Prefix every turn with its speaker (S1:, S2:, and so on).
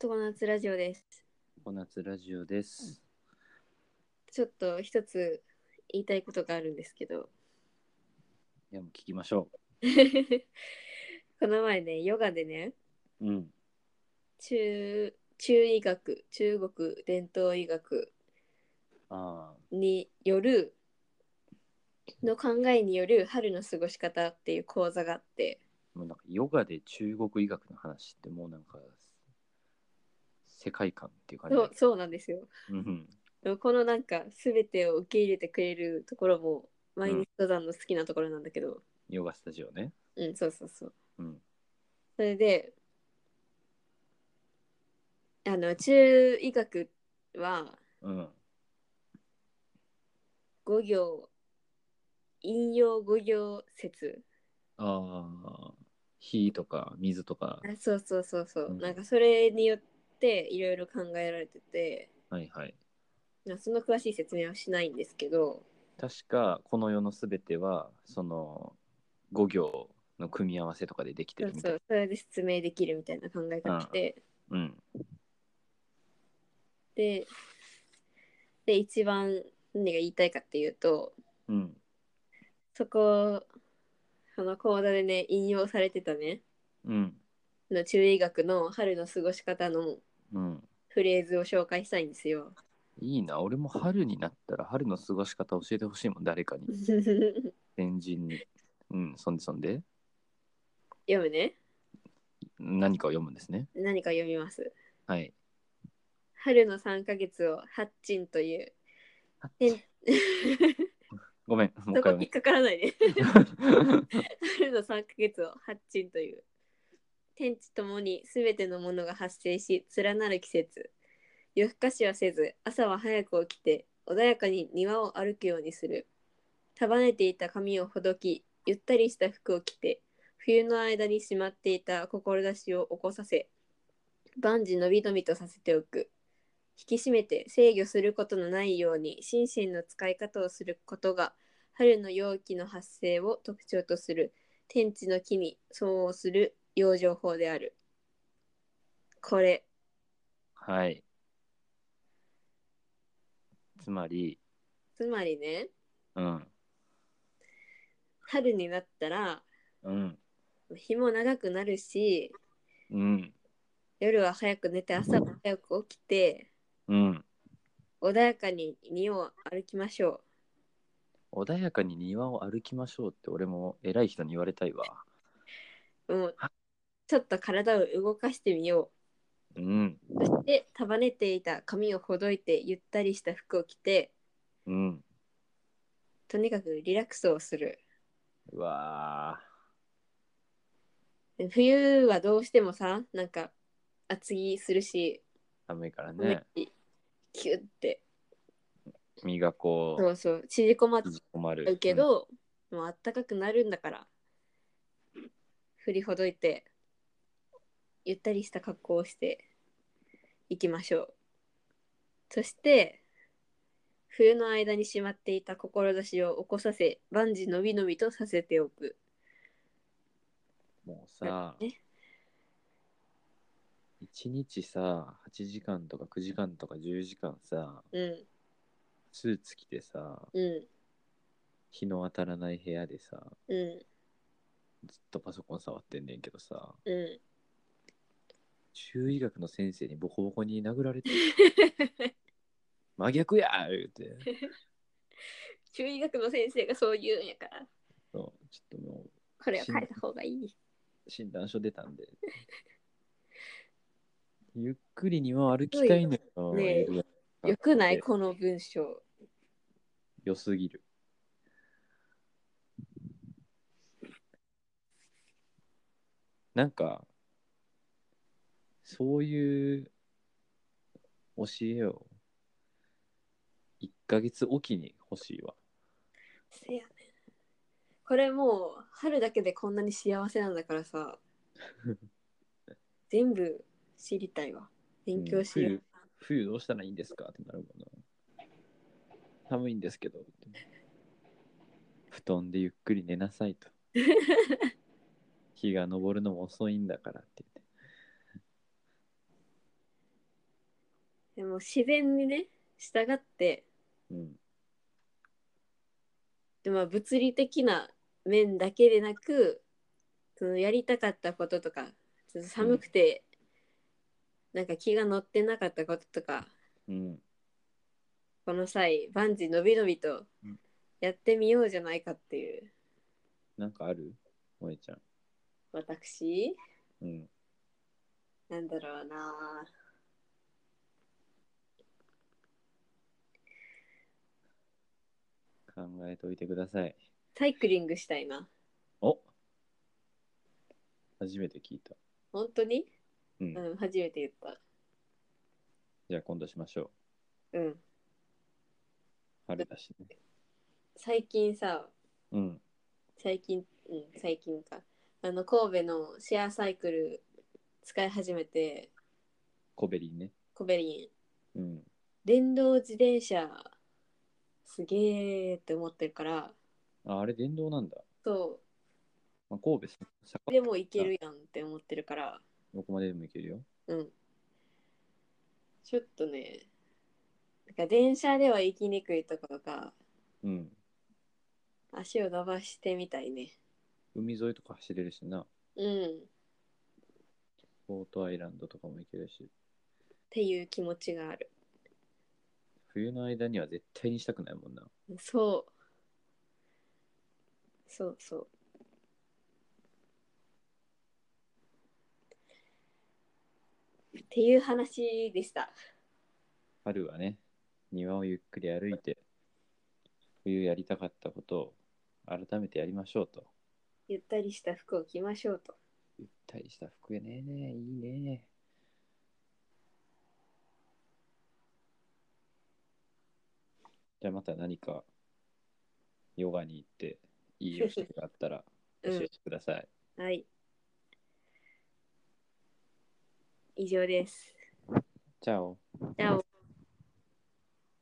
S1: 常夏ラジオです。
S2: コナツラジオです。
S1: ちょっと一つ言いたいことがあるんですけど、
S2: いや、もう聞きましょ
S1: この前ね、ヨガでね、
S2: う。うん。
S1: 中、中医学、中国伝統医学
S2: ああ、
S1: による、の考えによる春の過ごし方っていう講座があって、
S2: もうなんかヨガで中国医学の話ってもうなんか、世界観っていう感じ
S1: そ
S2: だ
S1: うそうなんですよ。
S2: うんうん。
S1: でもこのなんか全てを受け入れてくれるところも、毎日登山の好きなところなんだけど、
S2: ヨガスタジオね。
S1: うん、そうそうそう。
S2: うん。
S1: それであの中医学は
S2: うん。
S1: 五行引用五行説
S2: ああ、火とか水とか。
S1: あそうそうそうそう、
S2: うん
S1: なんかそれによっていろいろ考えられてて
S2: はいはい。
S1: まあその詳しい説明はしないんですけど
S2: 確か、この世のすべては、その、五行の組み合わせとかでできて
S1: そ
S2: る
S1: う
S2: みたい
S1: そ
S2: な。
S1: うそれで説明できるみたいな考え方で、
S2: うん。
S1: でで一番何が言いたいかっていうと
S2: うん。
S1: そこその講座でね引用されてたね
S2: うん。
S1: の中医学の春の過ごし方の
S2: うん。
S1: フレーズを紹介したいんですよ。
S2: いいな。俺も春になったら、春の過ごし方教えてほしいもん、誰かに。
S1: 読
S2: 先人に。うん、そんでそんで
S1: むね。
S2: 何かを読むんですね。
S1: 何か読みます。
S2: はい。
S1: 春の3ヶ月を八珍という。
S2: ごめん、もう
S1: そ
S2: 一
S1: こ
S2: 回お
S1: 引っかからないね。
S2: 願い
S1: 春の3ヶ月を八珍という。天地ともに全てのものが発生し、連なる季節。夜更かしはせず、朝は早く起きて、穏やかに庭を歩くようにする。束ねていた髪をほどき、ゆったりした服を着て、冬の間にしまっていた志を起こさせ、万事のびのびとさせておく。引き締めて制御することのないように心身の使い方をすることが春の陽気の発生を特徴とする天地の木に相応する養生法である。これ。
S2: はい。つまり、
S1: つまりね、
S2: うん、
S1: 春になったら
S2: うん、
S1: 日も長くなるし、
S2: うん、
S1: 夜は早く寝て朝も早く起きて、
S2: うん。
S1: 穏やかに庭を歩きましょ
S2: 穏やかに庭を歩きましょうって俺も偉い人に言われたいわ。
S1: う。もう
S2: あ
S1: ちょっと体を動かしてみよ
S2: うん、
S1: う。そして束ねていた髪をほどいてゆったりした服を着て、
S2: うん。
S1: とにかくリラックスをする。
S2: うわ
S1: 冬はどうしてもさなんか厚着するし、
S2: ー寒いからね。
S1: キュッて
S2: 身がこ
S1: そうそう縮こまっち
S2: う、困
S1: ゃ
S2: る。
S1: うけど、もうあったかくなるんだから振りほどいてゆったりした格好をしていきましょうそして冬の間にしまっていた志を起こさせ万事のびのびとさせておく
S2: うん。もうさ、
S1: ね
S2: 一日さ、8時間とか9時間とか10時間さ、
S1: うん
S2: スーツ着てさ、
S1: う
S2: 日の当たらない部屋でさ
S1: んう
S2: ずっとパソコン触ってんねんけどさ
S1: んう
S2: 中医学の先生にボコボコに殴ら れて真逆や言うて
S1: ん中医学の先生がそう言うんやから
S2: そうちょっとも
S1: これは変えた方がいい。
S2: う診断書出たん でゆっくり庭を歩きたいのよ、
S1: ねえよくないこの文章。
S2: 良すぎるなんかそういう教えを1ヶ月おきに欲しいわ
S1: せやね。これもう春だけでこんなに幸せなんだからさ。全部知りたいわ。勉強しよう。
S2: 冬どうしたらいいんですかってなるもんな寒いんですけど布団でゆっくり寝なさい と日が昇るのも遅いんだからって言って
S1: でも自然にね従って
S2: うん。
S1: でまあ物理的な面だけでなくそのやりたかったこととかちょっと寒くて、なんか気が乗ってなかったこととか
S2: うん。
S1: この際バンジーのびのびと
S2: うん
S1: やってみようじゃないかっていう
S2: なんかある萌ちゃん。
S1: 私
S2: うん。
S1: なんだろうな
S2: 考えておいてください。
S1: サイクリングしたいな
S2: お初めて聞いた。
S1: 本当に、
S2: うん。
S1: うん、初めて言った
S2: じゃあ今度しましょう。
S1: うん
S2: 春だしね。
S1: 最近さ
S2: うん。
S1: 最近うん最近かあの神戸のシェアサイクル使い始めて
S2: コベリンね。
S1: コベリン
S2: うん。
S1: 電動自転車すげーって思ってるから
S2: ああれ電動なんだ。
S1: そ
S2: まあ、神戸さ、
S1: う
S2: 坂
S1: でもいけるやんって思ってるから
S2: どこまででも行けるよ。
S1: うんちょっとねなんか電車では行きにくいところか
S2: うん。
S1: 足を伸ばしてみたいね
S2: 海沿いとか走れるしな。
S1: うん
S2: ポートアイランドとかも行けるし。
S1: っていう気持ちがある
S2: 冬の間には絶対にしたくないもんな。
S1: そうそうそうっていう話でした
S2: 春はね、庭をゆっくり歩いて、冬やりたかったことを改めてやりましょうと。
S1: ゆったりした服を着ましょうと
S2: ゆったりした服やね。いいね。じゃあまた何かヨガに行っていいお知らせがあったら教えてください。
S1: はい以上です
S2: チャオ。
S1: じゃあ